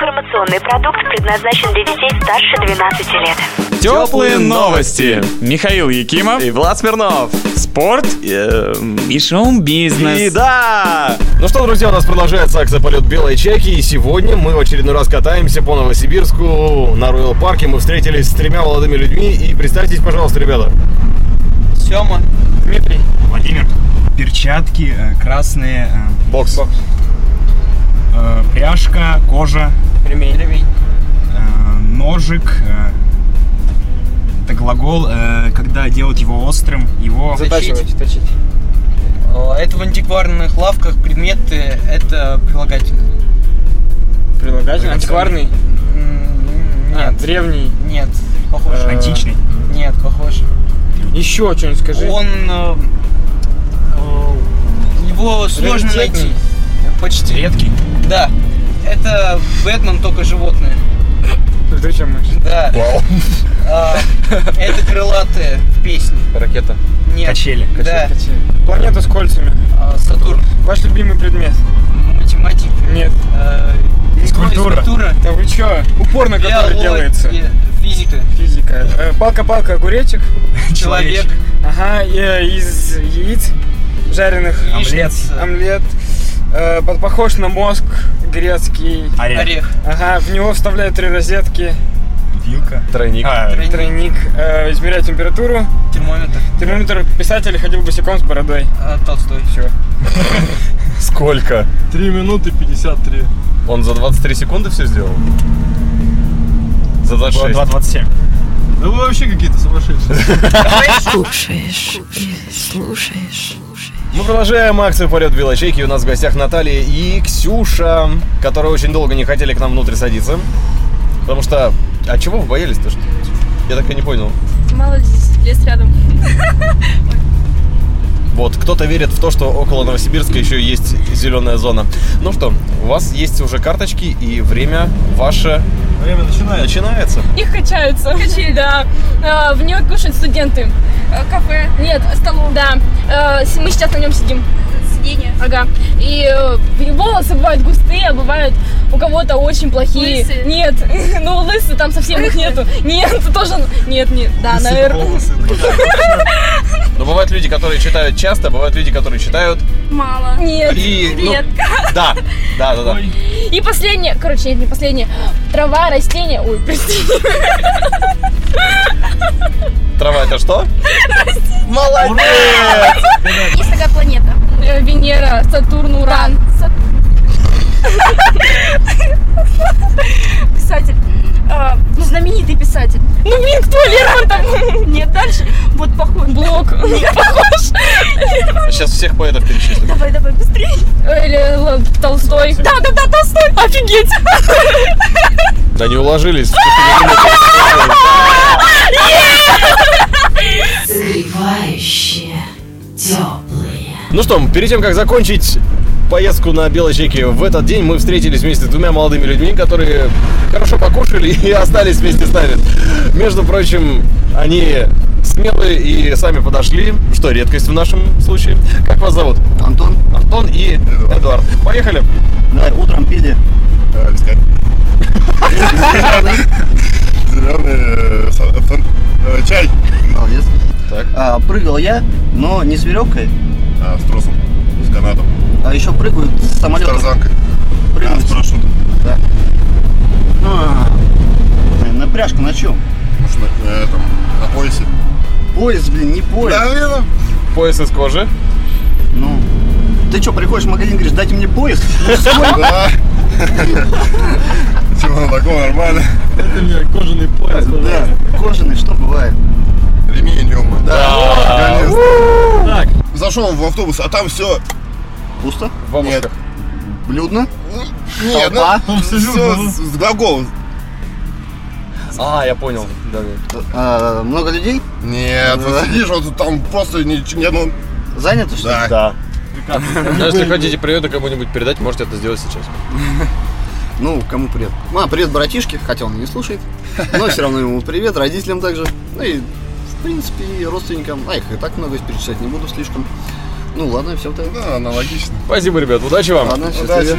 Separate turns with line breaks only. Информационный продукт предназначен для детей старше 12 лет.
Теплые новости. Михаил Якимов,
И Влад Смирнов.
спорт
Эм,
и шоу-бизнес.
И да!
Ну что, друзья, у нас продолжается акция «Полет белой чайки», и сегодня мы в очередной раз катаемся по Новосибирску на Роял Парке. Мы встретились с тремя молодыми людьми, и представьтесь, пожалуйста, ребята.
Сема, Дмитрий, Владимир. Перчатки э, красные, э,
Бокс.
э, пряжка, кожа, ремень, э, ножик. э, Это глагол, э, когда делают его острым, его
Точить. О, Э, Это в антикварных лавках предметы, это прилагательные.
Прилагательный?
Антикварный? М,
А,
Нет.
древний.
Нет, похож.
Античный.
Нет, похож.
Еще что-нибудь скажи.
Он... э, э, Его сложно
Раритетный.
найти. Почти.
Редкий.
Да. Это Бэтмен, только животное.
Летучая мышь.
Да. А, Это крылатые в песне.
Ракета.
Нет.
Качели.
Да.
Планета с кольцами.
А, Сатурн.
Ваш любимый предмет?
Математика.
Нет.
Э,
Физкультура.
физкультура,
Да вы чё? Упор, на который
биология,
делается.
Физика.
Физика. Э, Палка-палка, огуречек.
Человек.
Ага, э, из яиц жареных.
яичница,
Омлет. Э, под- Похож на мозг грецкий.
Орех.
Ага, в него вставляют три розетки,
Тройник.
А,
тройник,
тройник, э, измеряют температуру.
Термометр.
Термометр писателя ходил босиком с бородой.
э, Толстой.
Все.
Сколько?
3 минуты 53.
Он за 23 секунды все сделал? За 26.
2.27.
Да вы вообще какие-то сумасшедшие.
Слушаешь и слушаешь.
Мы продолжаем акцию «Полет белой чайки». У нас в гостях Наталья и Ксюша, которые очень долго не хотели к нам внутрь садиться. Потому что... А чего вы боялись-то? что ли? Я так и не понял.
Мало ли здесь лес рядом.
Вот, кто-то верит в то, что около Новосибирска еще есть зеленая зона. Ну что, у вас есть уже карточки и время ваше... Время начинается. Начинается.
Их качаются. Да. Э, В нее кушают студенты. Э, Кафе. Нет, столовая. Да. Э, с- Мы сейчас на нем сидим. Сиденье. Ага. И э, и волосы бывают густые, а бывают у кого-то очень плохие.
Лысые.
Нет, ну лысые там совсем их нету. Нет, тоже нет, нет. Да, наверное.
Но бывают люди, которые читают часто, бывают люди, которые читают
Мало.
Нет.
и... ну,
Редко.
да, да, да, да.
И последнее, короче, нет, не последнее. Трава, растения. Ой, прости.
Трава это что? Молодец!
Есть такая планета.
Э, Венера, Сатурн, Уран.
Писатель. э, ну, знаменитый писатель.
Ну блин, кто Лерон там?
Нет, дальше. Вот похож.
Блок. Похож.
Сейчас всех поэтов перечислим.
Давай, давай, быстрее.
Э, Или л- Толстой. Да, да, да, Толстой. Офигеть.
Да не уложились.
Согревающие. Теплые.
Ну что, перед тем, как закончить поездку на Белой Чайке, в этот день мы встретились вместе с двумя молодыми людьми, которые хорошо покушали и остались вместе с нами. Между прочим, они смелые и сами подошли, что редкость в нашем случае. Как вас зовут?
Антон,
Антон и Эдуард. Поехали.
да, утром пили. э, взгляд. Зеленый э, са- тон- э, чай. Молодец.
Так.
А, прыгал я, но не с веревкой,
А, с тросом, с канатом,
а еще прыгают с
с
самолета.
тарзанкой, а,
Прыгают.
с парашютом.
А, блин, на пряжку на чем?
Может, на, на этом, на поясе.
Пояс, блин, не пояс.
верно.
Пояс из кожи.
Ну, ты что, приходишь в магазин, говоришь, дайте мне пояс? Ну, сколько?
Да. Чего такого нормально?
Да, кожаный, что бывает?
Ремень, ё
А.
Да.
Так,
Зашел в автобус, а там все.
Пусто?
в бабушках.
Блюдно?
Нет,
Толпа?
все с, с глаголом.
А, я понял. Да, да.
А, много людей?
Нет,
Да.
вот сидишь, вот там просто ни, ни одного.
Занято, что ли?
Да.
Да. Если хотите привет кому-нибудь передать, можете это сделать сейчас.
Ну, кому привет? А, привет братишке, хотя он не слушает. Но все равно ему привет, родителям также. Ну и, в принципе, и родственникам. А, их и так много перечислять не буду слишком. Ну ладно, все тогда.
Да, аналогично. Ну,
Спасибо, ребят. Удачи вам.
Ладно,
Удачи.
счастливо.